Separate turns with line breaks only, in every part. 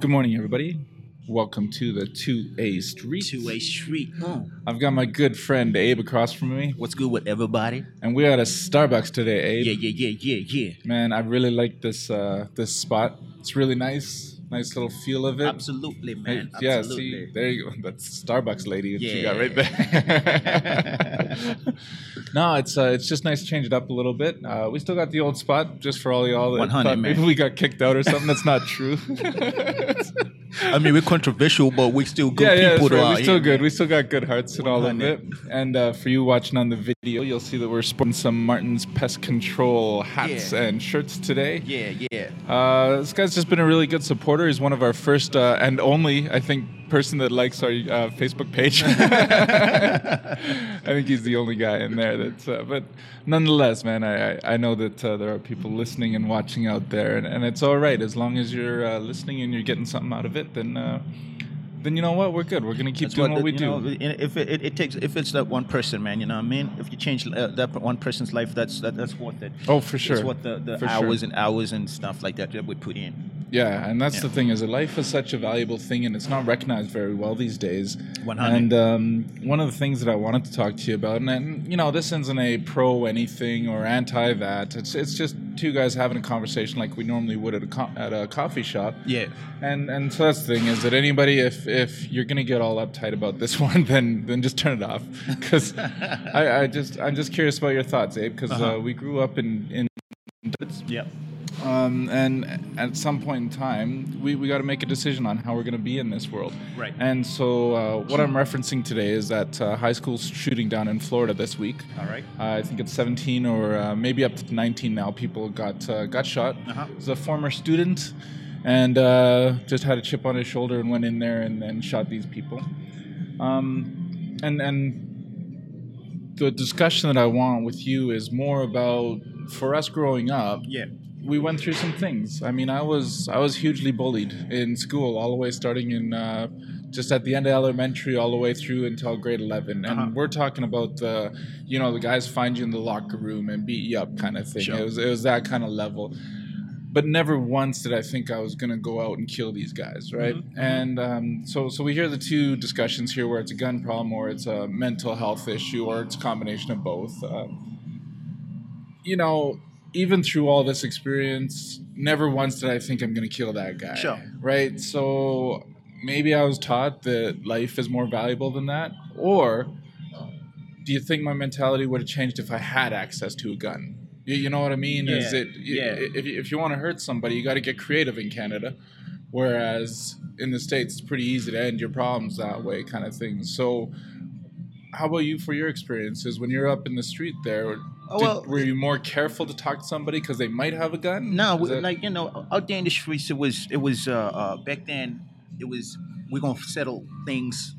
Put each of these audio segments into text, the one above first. Good morning, everybody. Welcome to the 2A Street.
two-way street. Huh?
I've got my good friend Abe across from me,
What's good with everybody?
and we're at a Starbucks today, Abe.
Yeah, yeah, yeah, yeah, yeah.
Man, I really like this uh, this spot. It's really nice. Nice little feel of it.
Absolutely,
Hey,
man.
yeah,
Absolutely.
see, there you go. That Starbucks lady that you got
Yeah.
right there. no, it's uh, it's just nice to change it up a little bit. Uh, we still got the old spot just for all y'all that
100,
thought maybe
man.
we got kicked out or something. That's not true.
I mean, we're controversial, but we're still good
yeah, yeah,
people.
that's
though,
right.
out
We're still
here,
good.
man.
We still got good hearts and all of
100.
it. And uh, for you watching on the video, you'll see that we're sporting some Martin's Pest Control hats
Yeah.
and shirts today.
Yeah, yeah.
Uh, this guy's just been a really good supporter. He's one of our first uh, and only, I think, person that likes our uh, Facebook page. I think he's the only guy in there that's. Uh, but nonetheless, man, I, I, I know that uh, there are people listening and watching out there, and, and it's all right as long as you're uh, listening and you're getting something out of it. Then, uh, then you know what? We're good. We're gonna keep
That's
doing what,
the-
we
you
do.
know, and if it, it, it takes, if it's that one person, man, you know what I mean. If you change uh, that one person's life, that's that, that's worth it.
Oh, for sure.
It's worth the, the
For sure.
hours and hours and stuff like that that we put in.
Yeah, and that's
Yeah.
the thing is that life is such a valuable thing, and it's not recognized very well these days.
100.
And um, one of the things that I wanted to talk to you about, and, and you know, this isn't a pro anything or anti that. It's it's just two guys having a conversation like we normally would at a co- at a coffee shop.
Yeah.
And and so that's the thing is that anybody if if you're gonna get all uptight about this one, then then just turn it off because I, I just I'm just curious about your thoughts, Abe, because uh
Uh-huh.
we grew up in in.
Yeah.
Um, and at some point in time, we, we got to make a decision on how we're going to be in this world.
Right.
And so, uh, what I'm referencing today is that uh, high school shooting down in Florida this week.
All right.
Uh, I think it's 17 or uh, maybe up to 19 now. People got uh, got shot.
Uh-huh.
It was a former student, and uh, just had a chip on his shoulder and went in there and, and shot these people. Um, and and the discussion that I want with you is more about for us growing up
Yeah.
we went through some things. I mean, I was I was hugely bullied in school all the way starting in uh, just at the end of elementary all the way through until grade 11. And
Uh-huh.
we're talking about the you know, the guys find you in the locker room and beat you up kind of thing.
Sure.
It was it was that kind of level. But never once did I think I was going to go out and kill these guys, right? And um, so, so we hear the two discussions here, where it's a gun problem, or it's a mental health issue, or it's a combination of both. Um, you know, even through all this experience, never once did I think I'm going to kill that guy.
Sure.
Right? So maybe I was taught that life is more valuable than that. Or do you think my mentality would have changed if I had access to a gun? You, you know what I mean? Is
Yeah,
it i-
yeah.
if, if you want to hurt somebody, you got to get creative in Canada. Whereas in the States, it's pretty easy to end your problems that way, kind of thing. So, how about you for your experiences when you're up in the street there?
Oh,
did-
well-
were you more careful to talk to somebody because they might have a gun?
No,
Is
we,
that-
like you know, out there in the streets, it was it was uh, uh, back then. It was we're gonna settle things.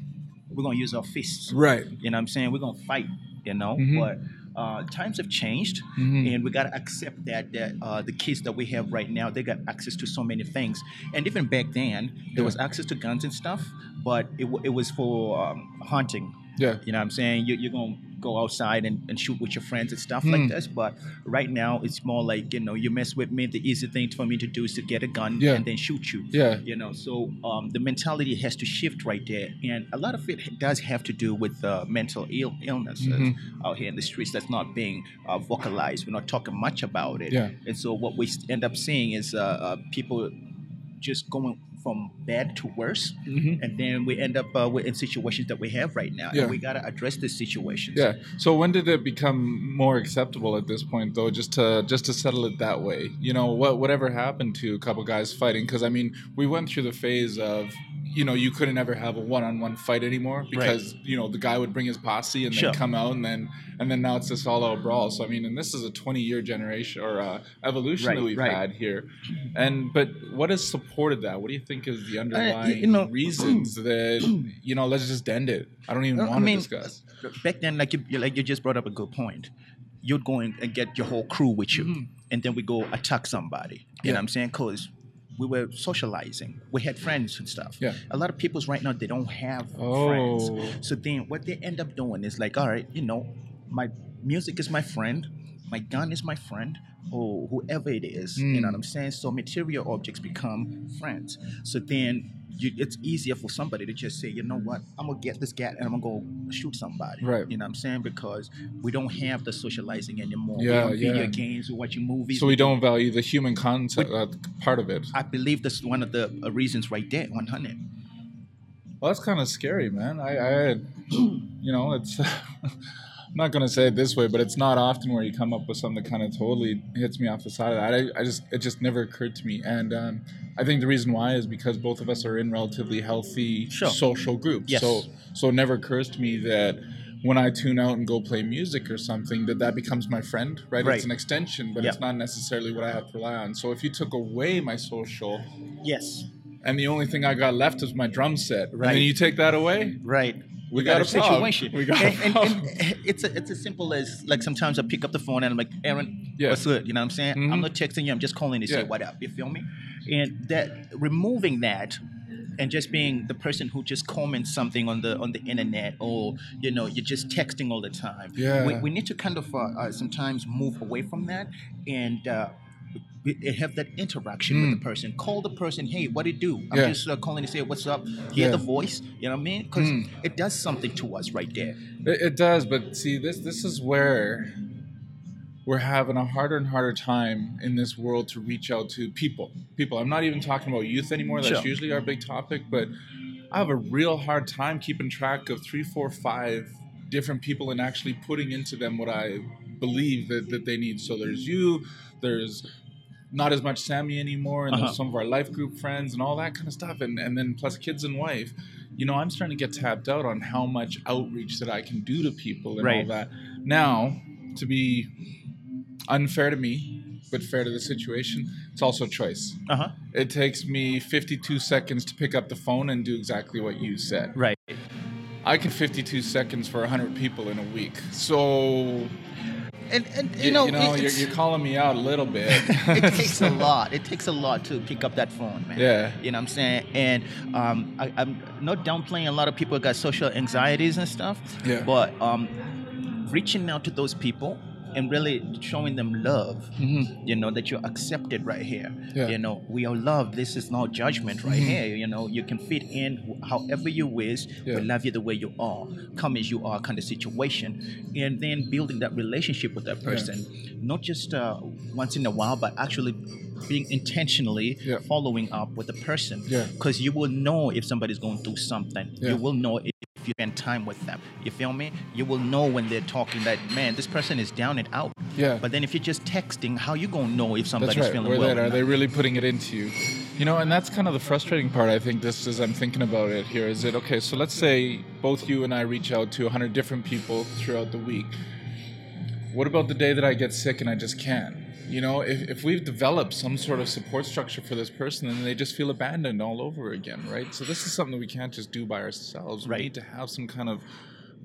We're gonna use our fists.
right.
You know what I'm saying? We're gonna fight. You know,
Mhm.
but uh, times have changed,
Mhm.
and we gotta accept that that uh, the kids that we have right now they got access to so many things, and even back then there was access to guns and stuff, but it, wa- it was for um, hunting.
Yeah.
You know what I'm saying? You, you're going to go outside and, and shoot with your friends and stuff
Mm.
like this. But right now, it's more like, you know, you mess with me. The easy thing for me to do is to get a gun
Yeah.
and then shoot you.
Yeah.
You know, so um, the mentality has to shift right there. And a lot of it does have to do with uh, mental Ill- illnesses
Mhm.
out here in the streets that's not being uh, vocalized. We're not talking much about it.
Yeah.
And so what we s- end up seeing is uh, uh, people just going from bad to worse
Mhm.
and then we end up uh, we're in situations that we have right now,
Yeah.
and we gotta address these situations.
Yeah. So when did it become more acceptable at this point, though, just to just to settle it that way? You know, what whatever happened to a couple guys fighting? Because I mean, we went through the phase of, you know, you couldn't ever have a one-on-one fight anymore because you know the guy would bring his posse and
Sure.
then come out and then and then now it's this all-out brawl. So I mean, and this is a 20-year generation or uh, evolution
Right,
that we've
right.
had here. And but what has supported that? What do you think is the underlying
know-
reasons that you know? Let's just end it. I don't even
Uh, I
want to
mean,
discuss.
Back then, like you you- like you just brought up a good point. You'd go in and get your whole crew with you,
Mhm.
and then we go attack somebody. You
Yeah.
know what I'm saying? Cause we were socializing, we had friends and stuff.
Yeah.
A lot of people's right now they don't have friends.
Oh.
So then what they end up doing is like, all right, you know, my music is my friend, my gun is my friend, or whoever it is.
Hmm.
You know what I'm saying? So material objects become friends. So then you, it's easier for somebody to just say, you know what, I'm gonna get this gat and I'm gonna go shoot somebody.
Right.
You know what I'm saying? Because we don't have the socializing anymore.
Yeah,
We're on video
yeah.
games, we're watching movies.
So we don't value the human concept uh, part of it.
I believe that's one of the uh, reasons right there, 100.
Well, that's kind of scary, man. I, I had- you know, it's. I'm not gonna say it this way, but it's not often where you come up with something that kind of totally hits me off the side of that. I, I just it just never occurred to me, and um, I think the reason why is because both of us are in relatively healthy
Sure.
social groups.
Yes.
So so it never occurs to me that when I tune out and go play music or something, that that becomes my friend, right?
Right.
It's an extension, but it's
Yep.
not necessarily what I have to rely on. So if you took away my social,
Yes.
and the only thing I got left is my drum set.
Right.
And then you take that away,
Right.
we got, a problem.
situation.
We got
and,
a
and-
problem.
and it's a, it's as simple as like sometimes I pick up the phone and I'm like, Aaron,
Yeah.
what's good? You know what I'm saying?
Mhm.
I'm not texting you. I'm just calling to say
Yeah.
what up. You feel me? And that removing that and just being the person who just comments something on the on the internet or you know you're just texting all the time.
Yeah.
We, we need to kind of uh, uh, sometimes move away from that and. Uh, we- and have that interaction with
Mm.
the person. Call the person. Hey, what do you do? I'm
Yeah.
just uh, calling to say what's up. Hear
Yeah.
the voice. You know what I mean? Because
Mm.
it does something to us right there.
It, it does, but see, this this is where we're having a harder and harder time in this world to reach out to people. People. I'm not even talking about youth anymore. That's
Sure.
usually our big topic, but I have a real hard time keeping track of three, four, five different people and actually putting into them what I believe that, that they need. So there's you, there's not as much Sammy anymore, and
Uh-huh.
there's some of our life group friends and all that kind of stuff, and, and then plus kids and wife. You know, I'm starting to get tapped out on how much outreach that I can do to people and all
Right.
that. Now, to be unfair to me, but fair to the situation, it's also choice.
Uh huh.
It takes me 52 seconds to pick up the phone and do exactly what you said.
Right.
I can 52 seconds for 100 people in a week. So,
And and
you,
you know,
you know
it,
you're,
it's-
you're calling me out a little bit.
it takes a lot. It takes a lot to pick up that phone, man.
Yeah.
You know what I'm saying? And um, I, I'm not downplaying a lot of people got social anxieties and stuff.
Yeah.
But um, reaching out to those people and really showing them love.
Mm-hmm.
You know that you're accepted right here.
Yeah. Mm-hmm.
You know we are loved. This is no judgment right here. You know you can fit in however you wish.
Yeah.
We love you the way you are. Come as you are, kind of situation. And then building that relationship with that person not just uh, once in a while, but actually being intentionally
Yeah.
following up with the person.
Yeah.
Because you will know if somebody's going through something.
Yeah.
You will know if you spend time with them. You feel me? You will know when they're talking that, man, this person is down and out.
Yeah.
But then if you're just texting, how you going to know if somebody's
That's right.
feeling
Where
well?
that
or
are they
not?
really putting it into you? You know, and that's kind of the frustrating part. I think just as I'm thinking about it here is that okay? So let's say both you and I reach out to 100 different people throughout the week. What about the day that I get sick and I just can't? You know, if, if we've developed some sort of support structure for this person, then they just feel abandoned all over again, right? So this is something that we can't just do by ourselves.
Right.
We need to have some kind of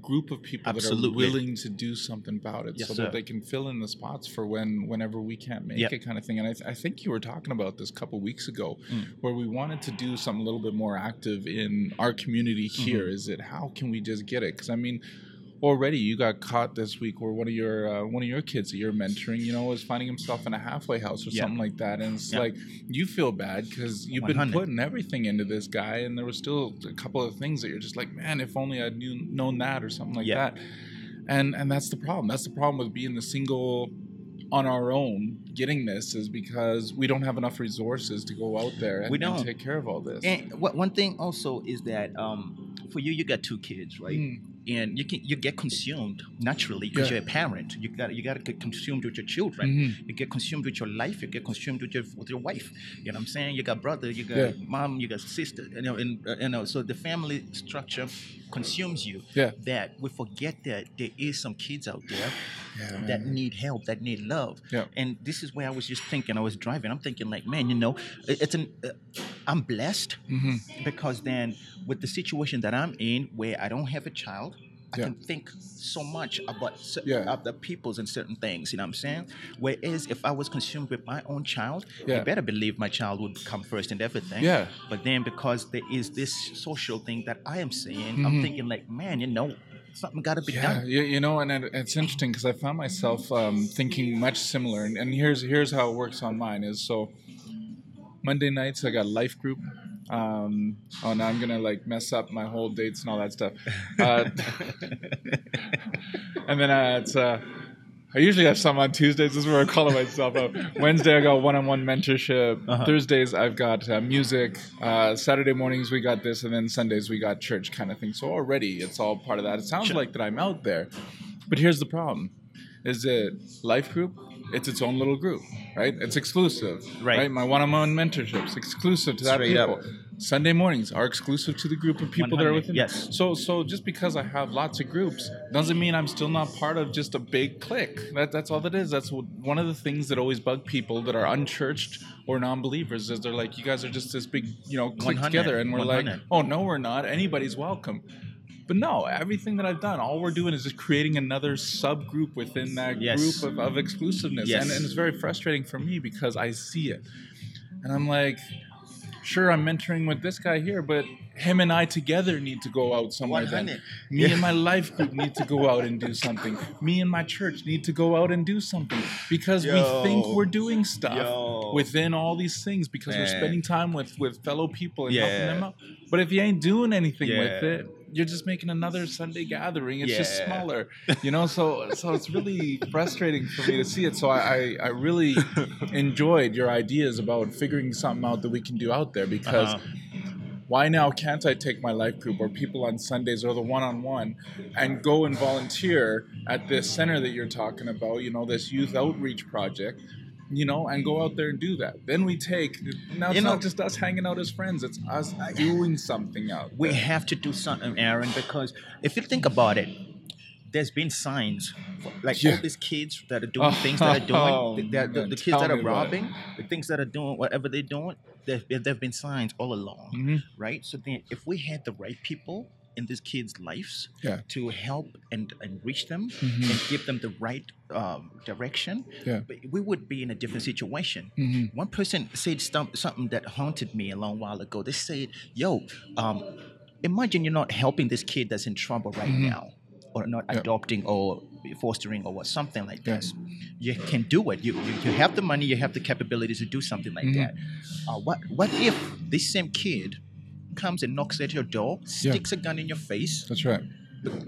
group of people that
Absolutely.
are willing to do something about it
Yes,
so
sir.
that they can fill in the spots for when whenever we can't make
Yep.
it kind of thing and I, th- I think you were talking about this a couple weeks ago
Mm.
where we wanted to do something a little bit more active in our community
Mm-hmm.
here is it how can we just get it because i mean already you got caught this week where one of your uh, one of your kids that you're mentoring you know was finding himself in a halfway house or
Yeah.
something like that and it's
Yeah.
like you feel bad because you've been
100.
putting everything into this guy and there were still a couple of things that you're just like man if only i'd knew, known that or something like
Yeah.
that and and that's the problem that's the problem with being the single on our own getting this is because we don't have enough resources to go out there and,
We
and
don't.
take care of all this
And what, one thing also is that um, for you, you got two kids, right?
Mm,
and you can you get consumed naturally because
Yeah.
you're a parent. You got you got to get consumed with your children.
Mhm.
You get consumed with your life. You get consumed with your with your wife. You know what I'm saying? You got brother. You got
Yeah.
mom. You got sister. You know, and uh, you know. So the family structure consumes you.
Yeah.
That we forget that there is some kids out there
yeah, man.
that need help, that need love.
Yeah.
And this is where I was just thinking. I was driving. I'm thinking like, man, you know, it- it's an. Uh, I'm blessed
Mhm.
because then with the situation that I'm in where I don't have a child, I
Yeah.
can think so much about cer-
Yeah.
other peoples and certain things, you know what I'm saying? Whereas if I was consumed with my own child,
Yeah.
you better believe my child would come first and everything.
Yeah.
But then because there is this social thing that I am seeing, I'm thinking like, man, you know, something got to be
Mm-hmm. Yeah,
done.
you, you know, and it, it's interesting because I found myself um, thinking much similar. And, and here's here's how it works on mine is so Monday nights I got life group. Um, oh, now I'm gonna like mess up my whole dates and all that stuff. Uh, and then uh, it's uh, I usually have some on Tuesdays. This is where I call myself up. Wednesday I got one-on-one mentorship.
Uh-huh.
Thursdays I've got uh, music. Uh, Saturday mornings we got this, and then Sundays we got church kind of thing. So already it's all part of that. It sounds
Sure.
like that I'm out there, but here's the problem: is it life group? It's its own little group, right? It's exclusive,
Right.
My one-on-one mentorships exclusive to that
Straight up.
people. Sunday mornings are exclusive to the group of people that are
100,
within.
yes.
So, so just because I have lots of groups doesn't mean I'm still not part of just a big clique. That, that's all that is. That's what- one of the things that always bug people that are unchurched or non-believers is they're like, you guys are just this big, you know, clique
100,
together, and we're like,
100.
oh no, we're not. Anybody's welcome. But no, everything that I've done, all we're doing is just creating another subgroup within that
Yes.
group of, of exclusiveness.
Yes.
And, and it's very frustrating for me because I see it. And I'm like, sure, I'm mentoring with this guy here, but him and I together need to go out somewhere. Then.
100.
Me and my life group need to go out and do something. Me and my church need to go out and do something because
Yo.
we think we're doing stuff
Yo.
within all these things because we're
Man.
spending time with with fellow people and helping
Yeah.
them out. But if you ain't doing anything with
Yeah.
it, you're just making another Sunday gathering. It's just
Yeah.
smaller, you know. So so it's really frustrating for me to see it. So I I, I really enjoyed your ideas about figuring something out that we can do out there because
Uh-huh.
why now can't I take my life group or people on Sundays or the one on one and go and volunteer at this center that you're talking about, you know, this youth outreach project, you know, and go out there and do that. Then we take, now it's
You know-
not just us hanging out as friends, it's us doing something out.
We
there.
have to do something, Aaron, because if you think about it, there's been signs, for- like
Yeah.
all these kids that are doing things that are doing,
Oh,
th- that- the,
man,
the kids that
tell
are
me about it.
robbing, the things that are doing, whatever they're doing, there have been signs all along,
Mhm.
right? So then, if we had the right people in these kids' lives
Yeah.
to help and, and reach them
Mhm.
and give them the right um, direction,
Yeah.
but we would be in a different situation.
Mhm.
One person said stum- something that haunted me a long while ago. They said, "Yo, um, imagine you're not helping this kid that's in trouble right
Mhm.
now, or not
Yeah.
adopting or fostering or what, something like
Yeah.
this. You can do it. You, you you have the money. You have the capability to do something like
Mhm.
that. Uh, what what if this same kid comes and knocks at your door, sticks a gun in your face
That's right.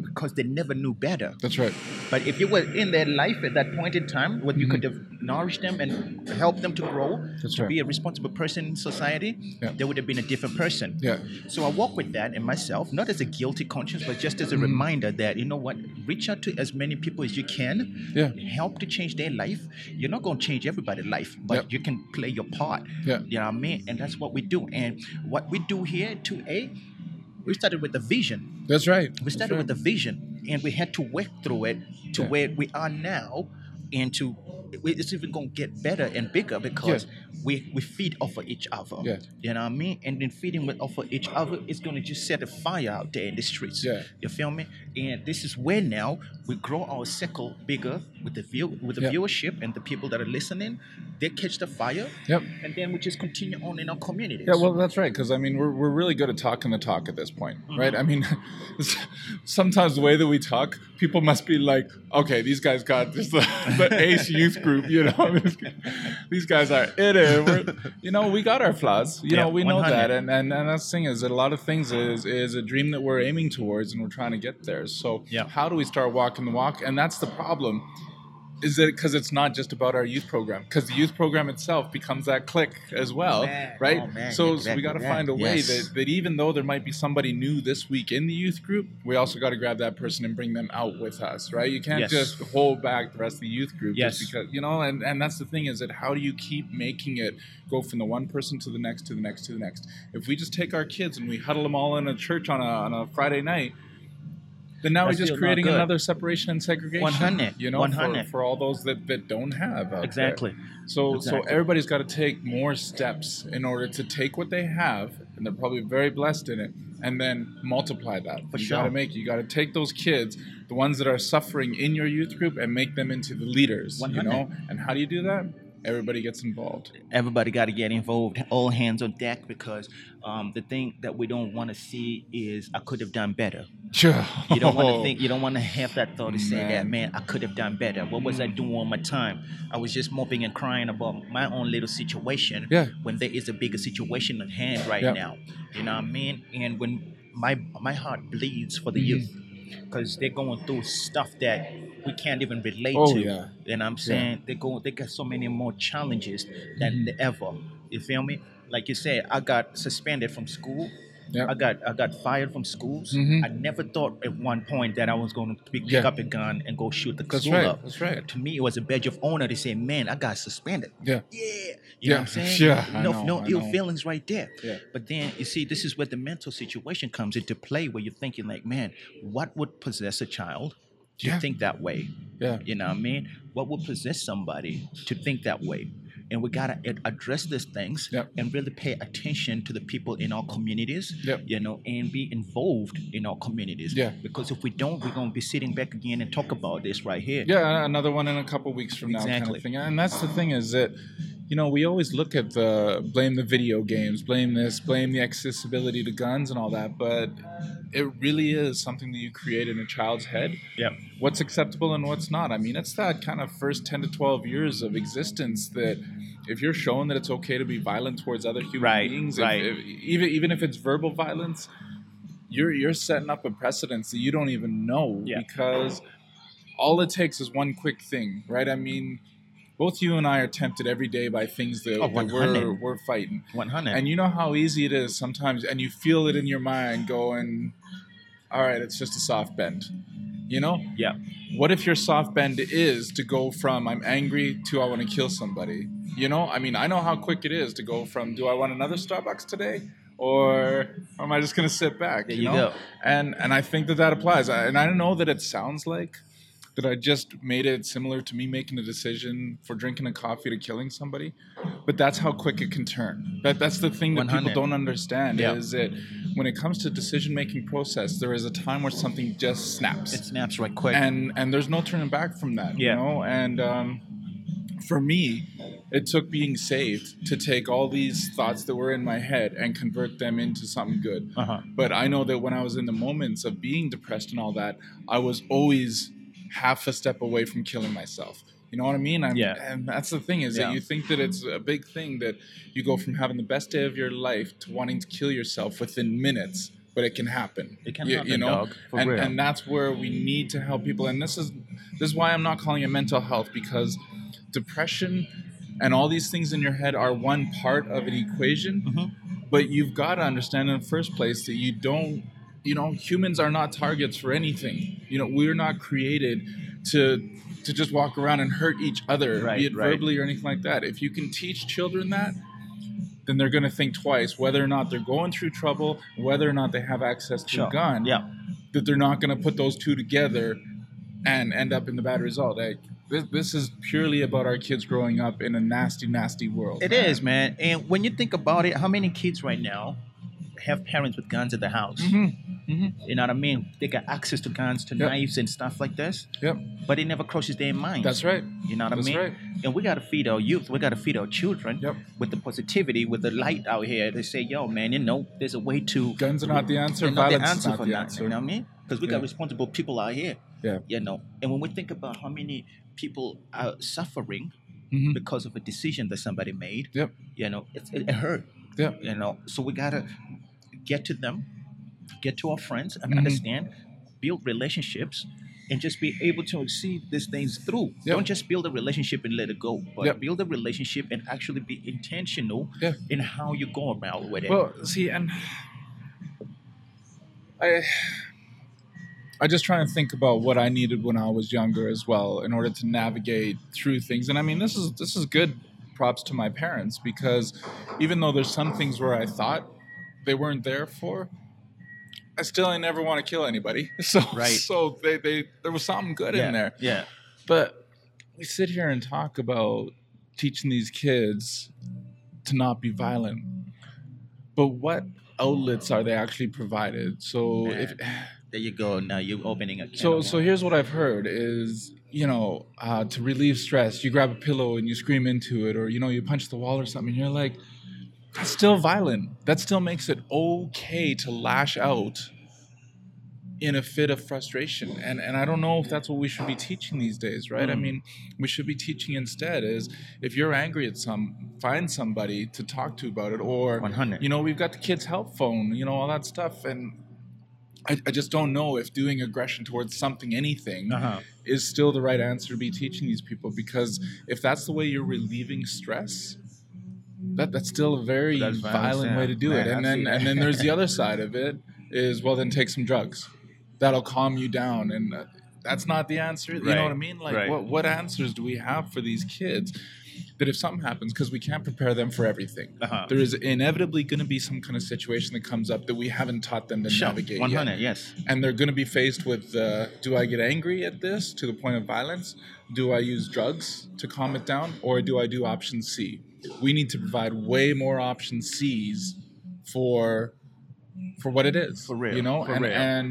because they never knew better?
That's right.
But if you were in their life at that point in time, what you could have nourished them and helped them to grow,
Mm-hmm. That's
to
right.
be a responsible person in society,
Yeah.
they would have been a different person.
Yeah.
So I walk with that in myself, not as a guilty conscience, but just as a
Mhm.
reminder that, you know what, reach out to as many people as you can,
Yeah.
help to change their life. You're not going to change everybody's life, but
Yep.
you can play your part.
Yeah.
You know what I mean? And that's what we do. And what we do here at 2A, we started with a vision.
That's right.
We started with a vision, and we had to work through it to
Yeah.
where we are now, and to it's even going to get better and bigger because we we feed off of each other.
Yeah.
You know what I mean? And then feeding with off of each other is going to just set a fire out there in the streets.
Yeah.
You feel me? And this is where now we grow our circle bigger with the view with the
Yeah.
viewership and the people that are listening. They catch the fire,
Yep.
and then we just continue on in our communities.
Yeah, well, that's right. Because I mean, we're, we're really good at talking the talk at this point,
Mm-hmm.
right? I mean, sometimes the way that we talk, people must be like, okay, these guys got this the, the ace youth group, you know? these guys are it. eh, We're, you know, we got our flaws. You know,
Yeah,
we know that,
100.
and and and that's the thing is that a lot of things is is a dream that we're aiming towards, and we're trying to get there. So,
Yeah.
how do we start walking the walk? And that's the problem is that because it's not just about our youth program because the youth program itself becomes that click as well
Man.
right
Oh, man.
so, so we
Exactly.
got to
Yeah.
find a way
Yes.
that, that even though there might be somebody new this week in the youth group we also got to grab that person and bring them out with us right you can't
Yes.
just hold back the rest of the youth group
Yes.
just because you know and, and that's the thing is that how do you keep making it go from the one person to the next to the next to the next if we just take our kids and we huddle them all in a church on a, on a friday night then now
That's
we're
still
just
not
creating
good.
another separation and segregation
100,
you know
100.
For, for all those that, that don't have out there.
exactly.
So so
Exactly.
everybody's got to take more steps in order to take what they have, and they're probably very blessed in it, and then multiply that.
For
you
sure.
got to make you got to take those kids, the ones that are suffering in your youth group, and make them into the leaders. You
100.
know, and how do you do that? Everybody gets involved.
everybody got to get involved, all hands on deck, because um, the thing that we don't want to see is I could have done better. You don't
Oh.
want to think, you don't want to have that thought to say that, man, I could have done better. What was I doing on my time? I was just moping and crying about my own little situation
Yeah.
when there is a bigger situation at hand right
Yeah.
now. You know what I mean? And when my my heart bleeds for the
Mm-hmm.
youth because they're going through stuff that we can't even relate
Oh,
to.
yeah.
And I'm saying they go they got so many more challenges than
Mm-hmm.
ever. You feel me? Like you said, I got suspended from school.
Yeah.
I got I got fired from schools.
Mhm.
I never thought at one point that I was going to pick
Yeah.
up a gun and go shoot the
That's
school
right.
up.
That's right.
To me, it was a badge of honor to say, "Man, I got suspended."
Yeah.
Yeah, you
Yeah.
know what I'm saying?
Yeah, I
no,
know,
no
I
ill
know.
feelings right there.
Yeah.
But then you see, this is where the mental situation comes into play, where you're thinking like, "Man, what would possess a child to
Yeah.
think that way?"
Yeah.
You know what I mean? What would possess somebody to think that way? And we gotta ad- address these things
Yep.
and really pay attention to the people in our communities.
Yep.
You know, and be involved in our communities.
Yeah.
Because if we don't, we're gonna be sitting back again and talk about this right here.
Yeah, another one in a couple weeks from now, kind
Exactly.
of thing. And that's the thing is that, you know, we always look at the blame the video games, blame this, blame the accessibility to guns and all that, but it really is something that you create in a child's head.
Yep.
What's acceptable and what's not. I mean, it's that kind of first ten to twelve years of existence that. If you're shown that it's okay to be violent towards other human
Right,
beings,
right.
If, if, even even if it's verbal violence, you're you're setting up a precedence that you don't even know
Yeah.
because all it takes is one quick thing, right? I mean, both you and I are tempted every day by things that,
Oh,
that we're
100.
we're fighting,
One hundred.
and you know how easy it is sometimes, and you feel it in your mind going, "All right, it's just a soft bend," you know.
Yeah.
What if your soft bend is to go from I'm angry to I want to kill somebody? You know, I mean, I know how quick it is to go from Do I want another Starbucks today? Or am I just gonna sit back?
There
you
you
know?
go.
and and I think that that applies. I, and I know that it sounds like that I just made it similar to me making a decision for drinking a coffee to killing somebody, but that's how quick it can turn. That that's the thing that people
100.
don't understand
Yeah.
is that when it comes to decision making process, there is a time where something just snaps,
It snaps right quick.
and and there's no turning back from that. You
Yeah.
know, and um, for me, it took being saved to take all these thoughts that were in my head and convert them into something good.
uh-huh.
But I know that when I was in the moments of being depressed and all that, I was always half a step away from killing myself. You know what I mean? I'm,
Yeah.
And that's the thing is that
Yeah.
you think that it's a big thing that you go from having the best day of your life to wanting to kill yourself within minutes, but it can happen.
It can
You-
happen,
You know,
dog. For
and
real.
and that's where we need to help people. And this is this is why I'm not calling it mental health because depression and all these things in your head are one part of an equation
Mhm.
but you've got to understand in the first place that you don't you know humans are not targets for anything you know we're not created to to just walk around and hurt each other
Right,
be it
right.
verbally or anything like that if you can teach children that then they're going to think twice whether or not they're going through trouble whether or not they have access to
Sure.
a gun
yeah.
that they're not going to put those two together and end up in the bad result like this, this is purely about our kids growing up in a nasty nasty world
It is, man. And when you think about it, how many kids right now have parents with guns at the house?
hmm
You know what I mean? They got access to guns, to
Yep.
knives, and stuff like this.
Yep.
But it never crosses their mind.
that's right
You know what
that's
I mean?
right
And we gotta feed our youth. We gotta feed our children
Yep.
with the positivity, with the light out here. They say, "Yo, man, you know, there's a way to."
Guns are not the answer.
They're not the
Violence
answer
is not
for
the
that.
answer.
You know what I mean? Because we
Yeah.
got responsible people out here.
Yeah.
You know, and when we think about how many people are suffering
Mhm.
because of a decision that somebody made,
Yep.
you know, it, it, it hurt.
Yeah.
You know, so we gotta get to them, get to our friends, and
Mhm.
understand, build relationships, and just be able to see these things through.
Yeah.
Don't just build a relationship and let it go, but
Yeah.
build a relationship and actually be intentional
Yeah.
in how you go about with it.
Well, see, and I, I just try and think about what I needed when I was younger as well, in order to navigate through things. And I mean, this is this is good. Props to my parents because even though there's some things where I thought they weren't there for, I still I never want to kill anybody. So
Right.
so they, they there was something good
yeah.
in there.
Yeah.
But we sit here and talk about teaching these kids to not be violent. But what outlets are they actually provided? So if
There you go. Now you're opening a. can
So,
of
so
worms.
here's what I've heard is, you know, uh, to relieve stress, you grab a pillow and you scream into it, or you know, you punch the wall or something. And you're like, that's still violent. That still makes it okay to lash out in a fit of frustration. And and I don't know if that's what we should be teaching these days, right? I
Mm.
mean, we should be teaching instead is if you're angry at some, find somebody to talk to about it, or
100.
you know, we've got the kids' help phone, you know, all that stuff. And I, I just don't know if doing aggression towards something, anything,
uh-huh.
is still the right answer to be teaching these people. Because if that's the way you're relieving stress, that, that's still a very
That's violence,
violent
yeah.
way to do
Man,
it. And
I see
then
that.
and then there's the other side of it is well then take some drugs, that'll calm you down. And uh, that's not the answer. You know
Right,
what I mean? Like
right.
what what answers do we have for these kids? That if something happens, because we can't prepare them for everything
Uh-huh.
there is inevitably going to be some kind of situation that comes up that we haven't taught them to
Sure.
navigate
100.
yet.
Yes.
And they're going to be faced with uh, do I get angry at this to the point of violence? Do I use drugs to calm it down? Or do I do option C? We need to provide way more option C's for for what it is.
For real,
You know?
for
and,
real.
and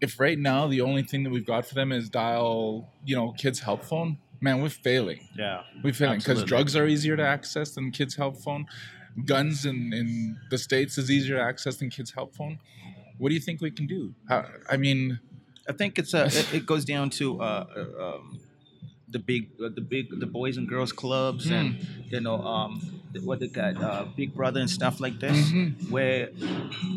if right now the only thing that we've got for them is dial, you know, kids' help phone, man, we're failing.
Yeah.
We failing because
Absolutely.
drugs are easier to access than kids' help phone. Guns in, in the states is easier to access than kids' help phone. What do you think we can do? How, I mean,
I think it's a. It, it goes down to uh, uh, um, the big, uh, the big, the boys and girls clubs, and you know um, th- what they got, uh, Big Brother and stuff like this, where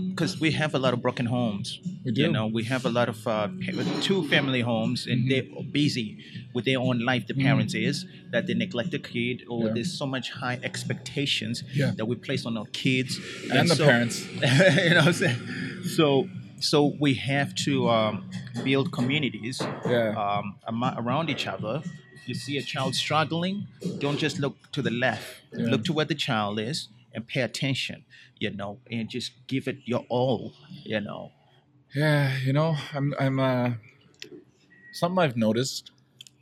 because we have a lot of broken homes.
we do. Mm-hmm.
You know, we have a lot of uh, pa- two family homes, and they're busy with their own life. The parents is that they neglect the kid, or
Yeah.
there's so much high expectations
Yeah.
that we place on our kids
and, the
so-
parents.
you know what I'm saying? So, so we have to um, build communities
Yeah.
um, ama- around each other. You see a child struggling, don't just look to the left.
Yeah.
Look to where the child is and pay attention, you know, and just give it your all, you know.
Yeah, you know, I'm I'm uh something I've noticed.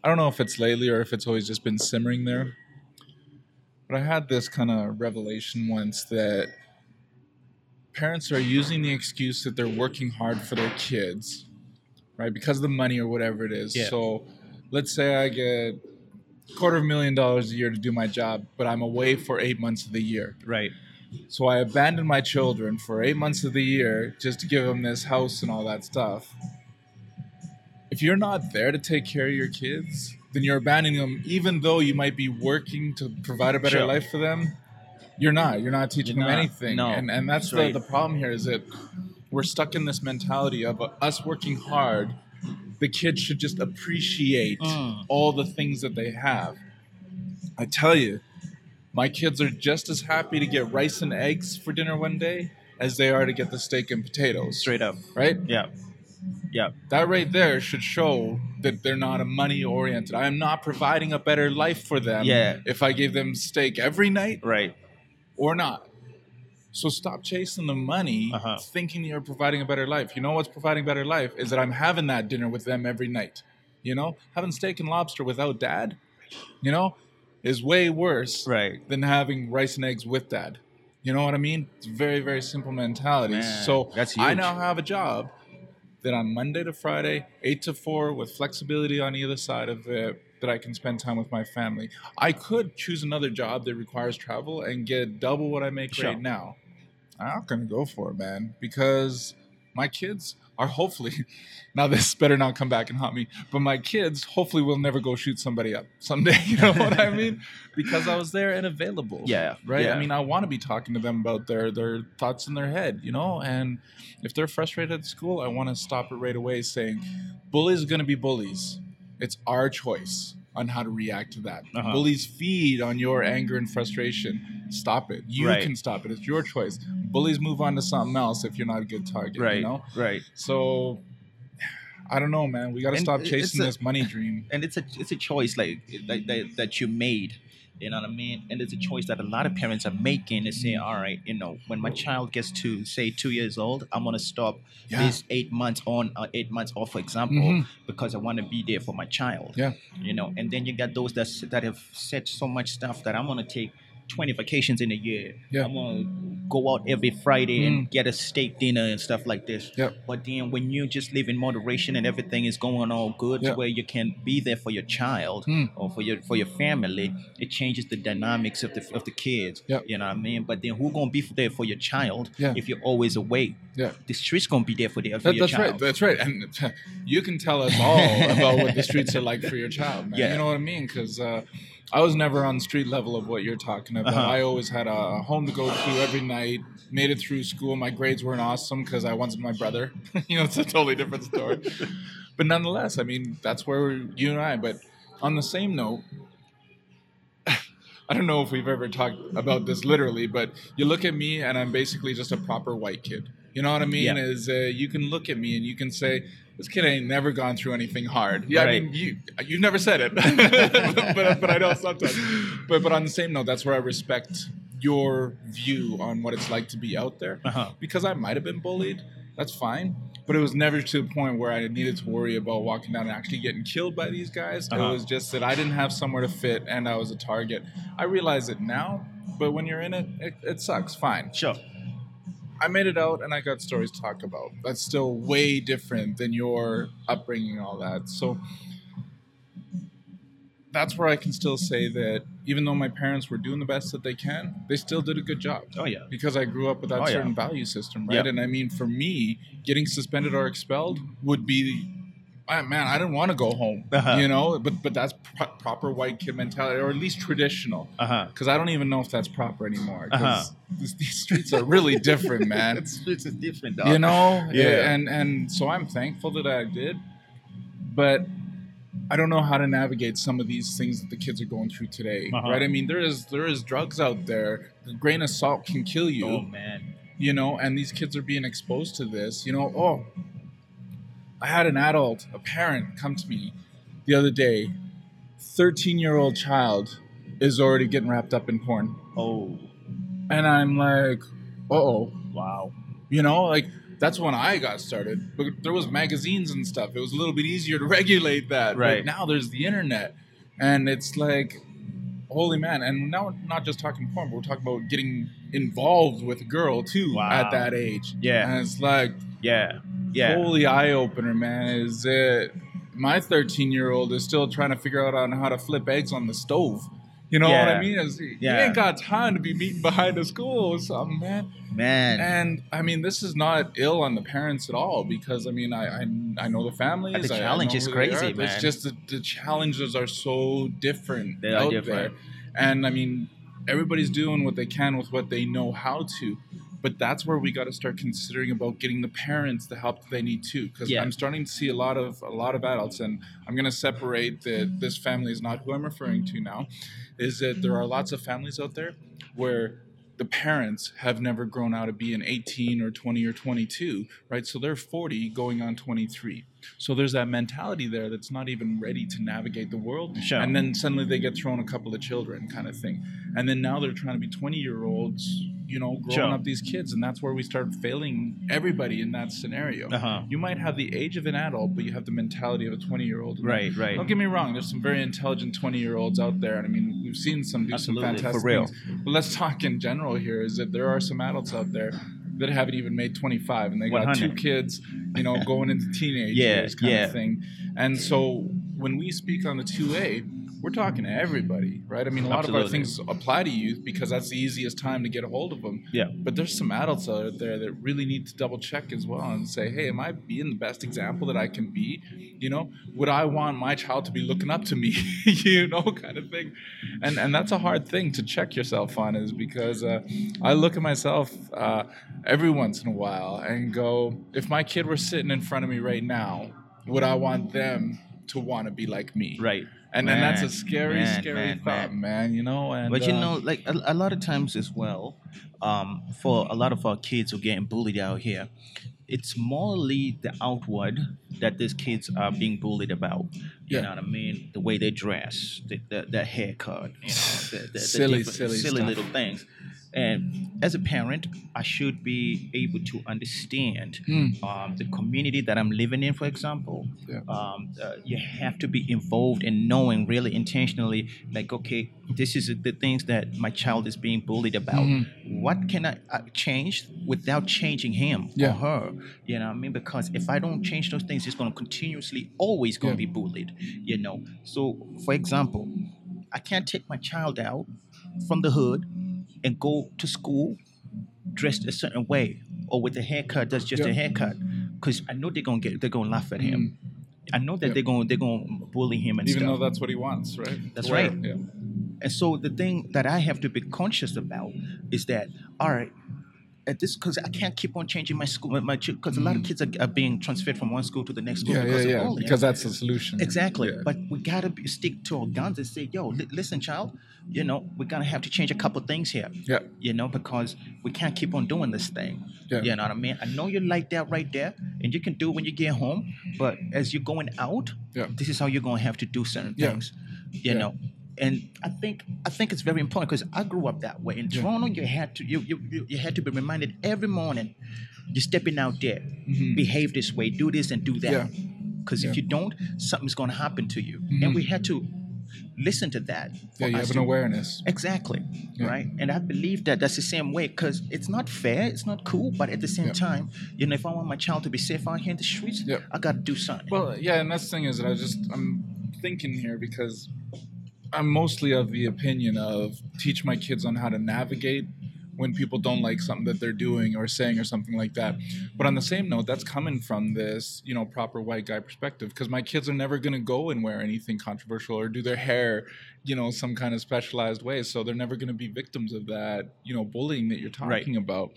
I don't know if it's lately or if it's always just been simmering there. But I had this kind of revelation once that parents are using the excuse that they're working hard for their kids, right? Because of the money or whatever it is.
Yeah.
So let's say I get quarter of a million dollars a year to do my job, but I'm away for 8 months of the year.
Right.
So I abandoned my children for eight months of the year just to give them this house and all that stuff. If you're not there to take care of your kids, then you're abandoning them, even though you might be working to provide a better
Sure.
life for them. You're not. You're not teaching
You're
them
not.
anything.
No.
And, and that's
That's right.
the, the problem here is that we're stuck in this mentality of uh, us working hard. The kids should just appreciate
Mm.
all the things that they have. I tell you, my kids are just as happy to get rice and eggs for dinner one day as they are to get the steak and potatoes,
Straight up.
right?
Yeah. Yeah.
That right there should show that they're not a money oriented. I am not providing a better life for them
Yeah.
if I gave them steak every night
Right.
or not. So stop chasing the money,
Uh-huh.
thinking you're providing a better life. You know what's providing a better life is that I'm having that dinner with them every night. You know, having steak and lobster without dad, you know, is way worse
Right.
than having rice and eggs with dad. You know what I mean? It's very, very simple mentality.
Man,
so
that's
I
huge.
now have a job that on Monday to Friday, eight to four, with flexibility on either side of it, that I can spend time with my family. I could choose another job that requires travel and get double what I make
Sure.
right now. I'm not gonna go for it, man, because my kids are hopefully now this better not come back and haunt me, but my kids hopefully will never go shoot somebody up someday. You know what I mean? Because I was there and available
Yeah.
right?
Yeah.
I mean, I want to be talking to them about their their thoughts in their head, you know. And if they're frustrated at school, I want to stop it right away, saying, "Bullies are going to be bullies. It's our choice on how to react to that.
Uh-huh.
Bullies feed on your anger and frustration. Stop it. You
Right.
can stop it. It's your choice. Bullies move on to something else if you're not a good target,
right.
you know.
Right.
So." I don't know, man. We got to
And
stop
it's
chasing
a-
this money dream.
and it's a it's a choice like like that, that you made you know what i mean and it's a choice that a lot of parents are making and saying all right you know when my child gets to say two years old i'm going to stop
Yeah.
this eight months on or eight months off for example
Mhm.
because i want to be there for my child
Yeah.
you know and then you got those that that have said so much stuff that i'm going to take 20 vacations in a year
Yeah. Mm.
i'm going to go out every Friday and get a steak dinner and stuff like this.
Yep.
But then when you just live in moderation and everything is going all good,
Yep.
where you can be there for your child
Mm.
or for your for your family, it changes the dynamics of the of the kids.
Yep.
You know what I mean? But then who gonna be there for your child
Yeah.
if you're always away?
Yeah.
The streets gonna be there for the for
That,
your
that's
child.
right. That's right. And you can tell us all about what the streets are like for your child, man.
Yeah.
You know what I mean? Because uh, I was never on street level of what you're talking about.
Uh-huh.
I always had a home to go to every night. Made it through school. My grades weren't awesome because I wanted my brother. you know, it's a totally different story. but nonetheless, I mean, that's where we, you and I. But on the same note. I don't know if we've ever talked about this literally, but you look at me and I'm basically just a proper white kid. You know what I mean?
Yeah.
Is uh, you can look at me and you can say, "This kid ain't never gone through anything hard." Yeah, I
Right.
mean, you you've never said it, but but I know sometimes. But but on the same note, that's where I respect your view on what it's like to be out there
Uh-huh.
because I might have been bullied. That's fine. But it was never to the point where I needed to worry about walking down and actually getting killed by these guys. It
Uh-huh.
was just that I didn't have somewhere to fit and I was a target. I realize it now, but when you're in it, it, it sucks. Fine.
Sure.
I made it out and I got stories to talk about. That's still way different than your upbringing and all that. So that's where I can still say that even though my parents were doing the best that they can, they still did a good job
Oh yeah.
because I grew up with that
Oh, yeah.
certain value system, right?
Yeah.
And I mean, for me, getting suspended or expelled would be, ah, man, I didn't want to go home,
Uh-huh.
you know. But but that's pro- proper white kid mentality, or at least traditional,
Uh huh.
because I don't even know if that's proper anymore. Because
Uh-huh.
these streets are really different, man.
Streets is different, dog.
You know,
Yeah.
And and so I'm thankful that I did, but. I don't know how to navigate some of these things that the kids are going through today,
Uh-huh.
right? I mean, there is there is drugs out there. The grain of salt can kill you
Oh man.
you know, and these kids are being exposed to this, you know, oh, I had an adult, a parent, come to me the other day. 13 year old child is already getting wrapped up in porn.
Oh
And I'm like, uh oh,
wow.
you know, like that's when I got started. But there was magazines and stuff. It was a little bit easier to regulate that. But
Right.
now there's the internet, and it's like, holy man! And now we're not just talking porn, but we're talking about getting involved with a girl too
Wow.
at that age.
Yeah.
And it's like,
Yeah. Yeah.
holy eye opener, man. Is it my 13 year old is still trying to figure out on how to flip eggs on the stove? You know what I
Yeah.
mean? It's, you
Yeah.
ain't got time to be meeting behind the school or something, man.
Man.
And I mean, this is not ill on the parents at all because I mean, I I, I know the families.
But the
I- I
challenge
know
is
who they
crazy,
are.
man.
It's just the, the challenges are so different
They are
out
different.
there, and I mean, everybody's doing what they can with what they know how to. But that's where we got to start considering about getting the parents the help that they need too, because
Yeah.
I'm starting to see a lot of a lot of adults, and I'm going to separate that this family is not who I'm referring to now, is that there are lots of families out there where the parents have never grown out of being 18 or 20 or 22, right? So they're 40 going on 23. So there's that mentality there that's not even ready to navigate the world.
Sure.
And then suddenly they get thrown a couple of children kind of thing. And then now they're trying to be 20 year olds, you know, growing
Sure.
up these kids. And that's where we start failing everybody in that scenario.
Uh huh.
You might have the age of an adult, but you have the mentality of a 20 year old.
Right. Right.
Don't get me wrong. There's some very intelligent 20 year olds out there, and I mean, we've seen some do
Absolutely,
some fantastic
for real.
things. But let's talk in general here: is that there are some adults out there that haven't even made 25, and they got
100.
two kids, you know, going into teenage
Yeah,
years kind
yeah.
of thing. And so when we speak on the 2A, we're talking to everybody, right? I mean, a lot of our
Absolutely.
things apply to youth because that's the easiest time to get a hold of them.
Yeah.
But there's some adults out there that really need to double check as well and say, hey, am I being the best example that I can be? You know, would I want my child to be looking up to me? you know, kind of thing. And and that's a hard thing to check yourself on, is because uh, I look at myself uh, every once in a while and go, if my kid were sitting in front of me right now, would I want them to want to be like me?
Right.
And and that's a
Man,
scary,
man,
scary
man,
thought, man.
man.
You know, and
But you
uh,
know, like a, a lot of times as well, um, for a lot of our kids who are getting bullied out here, it's morally the outward that these kids are being bullied about. You
Yeah.
know what I mean? The way they dress, the, the, their haircut, you know, the, the, the
Silly,
different-
silly
silly
stuff.
little things. And as a parent, I should be able to understand
Mm.
um, the community that I'm living in, for example.
Yeah.
Um, uh, you have to be involved in knowing really intentionally, like, okay, this is the things that my child is being bullied about.
Mhm.
What can I uh, change without changing him
Yeah.
or her? You know what I mean? Because if I don't change those things, it's going to continuously always going
Yeah.
to be bullied, you know? So, for example, I can't take my child out from the hood and go to school dressed a certain way or with a haircut that's just
Yeah.
a haircut because I know they're gonna get they're gonna laugh at him. I know that
Mm. Yeah.
they're gonna they're gonna bully him and
Even
stuff.
though that's what he wants, right?
That's
To wear.
right.
Yeah.
and so the thing that I have to be conscious about is that all right. At this, because I can't keep on changing my school, my because a lot of kids are, are being transferred from one school to the next school
Mm. Yeah, yeah,
because of
yeah.
bullying.
Because that's the solution.
Exactly.
Yeah.
But we gotta be, stick to our guns and say, "Yo, li- listen, child. You know, we're gonna have to change a couple things here.
Yeah.
You know, because we can't keep on doing this thing.
Yeah.
You know what I mean? I know you like that right there, and you can do it when you get home. But as you're going out,
Yeah.
this is how you're gonna have to do certain
Yeah.
things. You
Yeah.
know. And I think I think it's very important because I grew up that way. In
Yeah.
Toronto, you had to you, you you you had to be reminded every morning, you're stepping out there,
Mhm.
behave this way, do this and do that
Yeah.
because
Yeah.
if you don't, something's going to happen to you.
Mhm.
And we had to listen to that.
Yeah,
for
you
us
have an
to-
awareness.
Exactly.
Yeah.
Right. And I believe that that's the same way because it's not fair, it's not cool, but at the same
Yeah.
time, you know, if I want my child to be safe out here in the streets,
Yeah.
I got to do something.
Well, yeah, and that's the thing is that I just I'm thinking here because I'm mostly of the opinion of teach my kids on how to navigate when people don't like something that they're doing or saying or something like that. But on the same note, that's coming from this, you know, proper white guy perspective because my kids are never going to go and wear anything controversial or do their hair, you know, some kind of specialized way. So they're never going to be victims of that, you know, bullying that you're
Right.
talking about.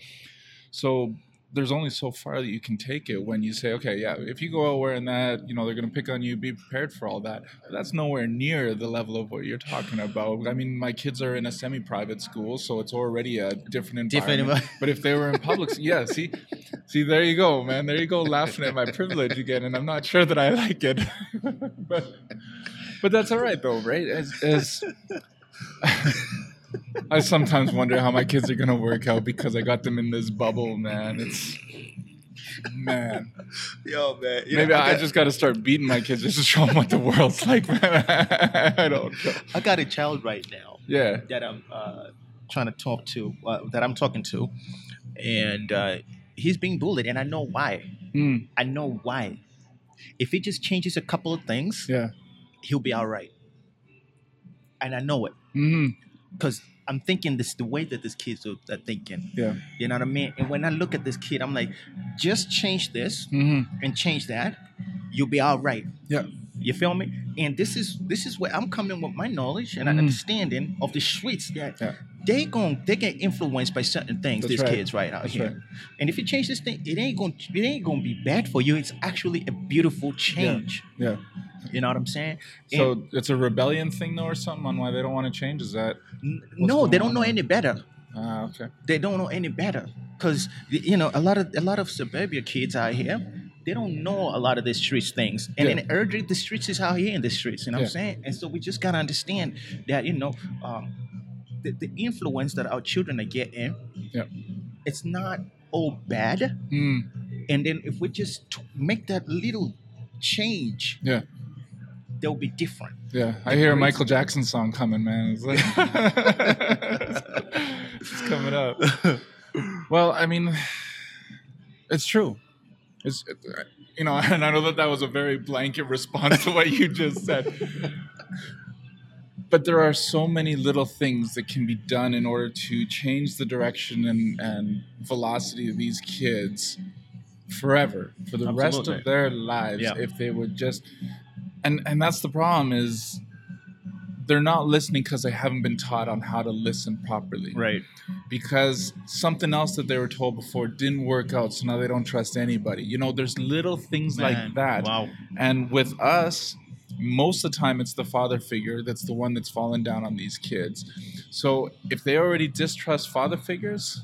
So there's only so far that you can take it when you say, okay, yeah, if you go out wearing that, you know, they're going to pick on you, be prepared for all that. But that's nowhere near the level of what you're talking about. I mean, my kids are in a semi private school, so it's already a different environment.
Different envi-
but if they were in public, yeah, see, see, there you go, man. There you go, laughing at my privilege again, and I'm not sure that I like it. but, but that's all right, though, right? As, as, I sometimes wonder how my kids are gonna work out because I got them in this bubble, man. It's man.
Yo, man.
Maybe I, just gotta start beating my kids just to show them what the world's like, man. I don't know.
I got a child right now.
Yeah.
that I'm uh, trying to talk to, uh, that I'm talking to, and uh, he's being bullied, and I know why.
Mm,
I know why. If he just changes a couple of things,
yeah.
he'll be all right. And I know it
hmm
because I'm thinking this the way that these kids are, are thinking.
Yeah.
You know what I mean? And when I look at this kid, I'm like, just change this
hmm
and change that, you'll be all right.
Yeah.
You feel me? And this is this is where I'm coming with my knowledge and
Mhm.
understanding of the streets that
Yeah.
they gon' they get influenced by certain things.
That's
these
right.
kids right out
That's
here,
right.
and if you change this thing, it ain't gonna it ain't gonna be bad for you. It's actually a beautiful change.
Yeah.
You know what I'm saying? And
So it's a rebellion thing though or something on why they don't want to change, is that
n-
what's
no, they
going
don't know
on?
any better.
ah okay.
They don't know any better because you know a lot of a lot of suburbia kids out here. They don't know a lot of the streets things, and
Yeah.
then urgent the streets is out here in the streets. You know what
Yeah.
I'm saying? And so we just gotta understand that you know um, the, the influence that our children are getting.
Yeah.
It's not all bad.
Mm,
And then if we just t- make that little change,
yeah.
they'll be different.
Yeah, I hear a
Crazy.
Michael Jackson song coming, man. It's, like- it's coming up. Well, I mean, it's true. It's you know, and I know that that was a very blanket response to what you just said. But there are so many little things that can be done in order to change the direction and, and velocity of these kids forever for the rest of
Absolutely.
their lives
Yeah.
if they would just and and that's the problem is they're not listening because they haven't been taught on how to listen properly
Right.
because something else that they were told before didn't work out so now they don't trust anybody you know there's little things like that
Wow.
and with us, most of the time it's the father figure that's the one that's fallen down on these kids. So if they already distrust father figures,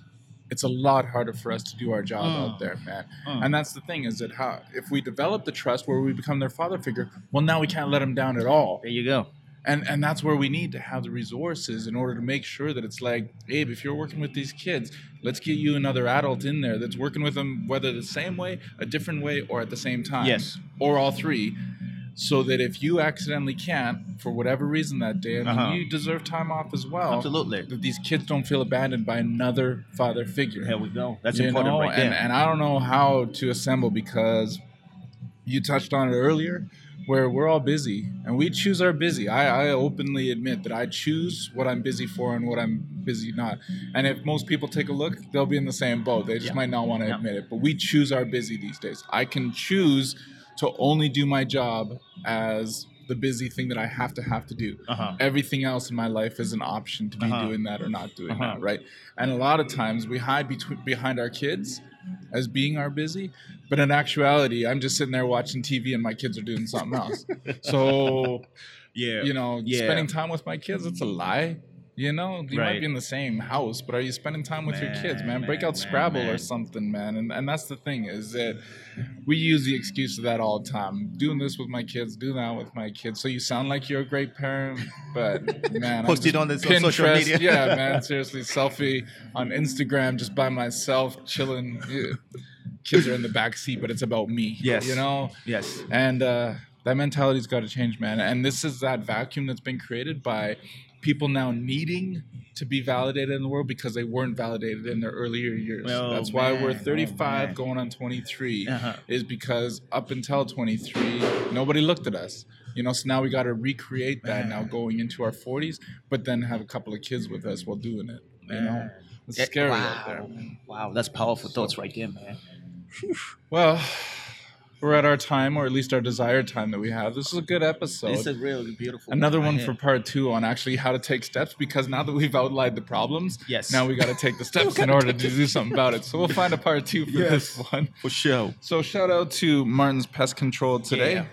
it's a lot harder for us to do our job
Mm.
out there, man.
Mm.
And that's the thing is that how if we develop the trust where we become their father figure, well now we can't let them down at all.
There you go.
and and that's where we need to have the resources in order to make sure that it's like abe if you're working with these kids let's get you another adult in there that's working with them whether the same way a different way or at the same time
Yes.
or all three so that if you accidentally can't for whatever reason that day I mean,
Uh-huh.
you deserve time off as well
Absolutely.
that these kids don't feel abandoned by another father figure
There we go. That's
you
important
know,
right there.
And, and I don't know how to assemble because you touched on it earlier where we're all busy and we choose our busy. I, I openly admit that I choose what I'm busy for and what I'm busy not. And if most people take a look, they'll be in the same boat. They just
Yeah.
might not want to
Yeah.
admit it, but we choose our busy these days. I can choose to only do my job as the busy thing that I have to have to do
uh-huh.
everything else in my life is an option to be
Uh-huh.
doing that or not doing
Uh-huh.
that, right? And a lot of times we hide between behind our kids as being our busy, but in actuality, I'm just sitting there watching TV and my kids are doing something else. so
Yeah.
you know,
Yeah.
spending time with my kids, it's a lie. You know, you might
Right.
be in the same house, but are you spending time with your kids, man?
Man,
Break
man,
out
man,
Scrabble or
man.
something, man. And and that's the thing is that we use the excuse of that all the time. Doing this with my kids, doing that with my kids. So you sound like you're a great parent, but man,
Post
I'm
it on
just
this- on social
Pinterest,
media.
yeah, man. Seriously, selfie on Instagram, just by myself, chilling. Yeah. Kids are in the back seat, but it's about me.
Yes.
you know.
Yes.
And uh, that mentality's got to change, man. And this is that vacuum that's been created by people now needing to be validated in the world because they weren't validated in their earlier years.
Oh,
that's why we're
man. Oh,
35
man.
going on 23
Uh-huh.
is because up until 23 nobody looked at us. You know, so now we got to recreate that now going into our 40s, but then have a couple of kids with us while doing it. You know,
Man.
it's
Yeah,
scary
wow.
out there.
Wow, that's powerful thoughts right there, man.
Well, we're at our time, or at least our desired time that we have. This is a good episode.
It's a really beautiful.
Another
right
one
here.
for part two on actually how to take steps because now that we've outlined the problems,
Yes.
now we got to take the steps in order to do something about it. So we'll find a part two for this one.
For sure.
So shout out to Martin's Pest Control today.
Yeah.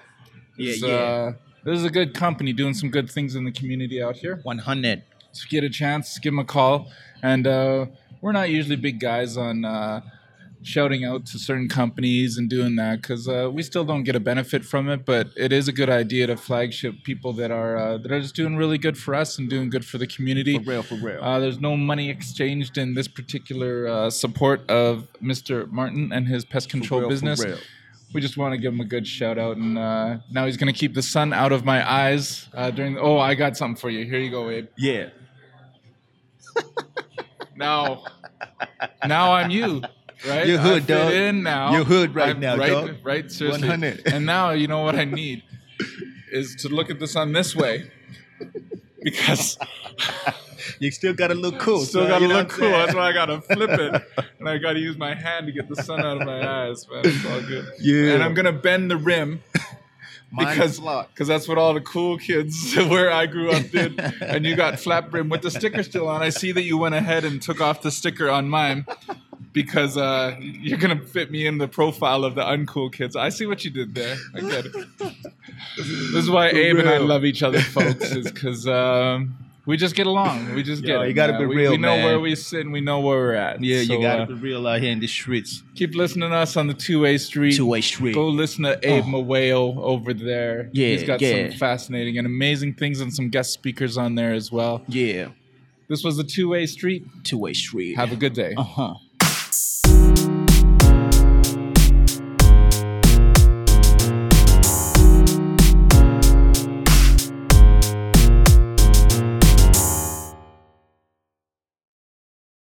Yeah,
It's,
yeah.
uh, this is a good company doing some good things in the community out here.
100.
If you get a chance, give them a call. And uh, we're not usually big guys on uh, shouting out to certain companies and doing that because uh, we still don't get a benefit from it. But it is a good idea to flagship people that are uh, that are just doing really good for us and doing good for the community.
For real, for real.
Uh, there's no money exchanged in this particular uh, support of Mr. Martin and his pest control
real, for
business.
real.
We just want to give him a good shout out, and uh, now he's going to keep the sun out of my eyes uh, during. The, oh, I got something for you. Here you go, Abe.
yeah.
Now, now I'm you, right?
You're hood,
I fit
dog.
In now,
You're hood right now,
right,
dog.
Right, seriously.
100.
And now you know what I need is to look at the sun this way because
You still gotta look cool.
still
son,
gotta
Oh, you know
look
what I'm
cool.
saying?
That's why I gotta flip it, and I gotta use my hand to get the sun out of my eyes. Man, it's all good.
Yeah.
And I'm gonna bend the rim
Mine
because-
is locked.
because that's what all the cool kids where I grew up did. And you got flat brim with the sticker still on. I see that you went ahead and took off the sticker on mine because uh, you're gonna fit me in the profile of the uncool kids. I see what you did there. I get it. This is why Abe and I
real.
love each other, folks, is because um, we just get along. We just
Yo,
get. it,
you gotta
man.
be
we,
real,
We know
man.
where we sit. and We know where we're at.
Yeah,
So,
you gotta
uh,
be real out here in the streets.
keep listening to us on the two-way street.
Two way street.
Go listen to Abe
Oh.
Maweo over there.
Yeah,
he's got
yeah.
some fascinating and amazing things and some guest speakers on there as well.
Yeah.
This was a two-way street.
Two way street.
Have a good day.
uh huh.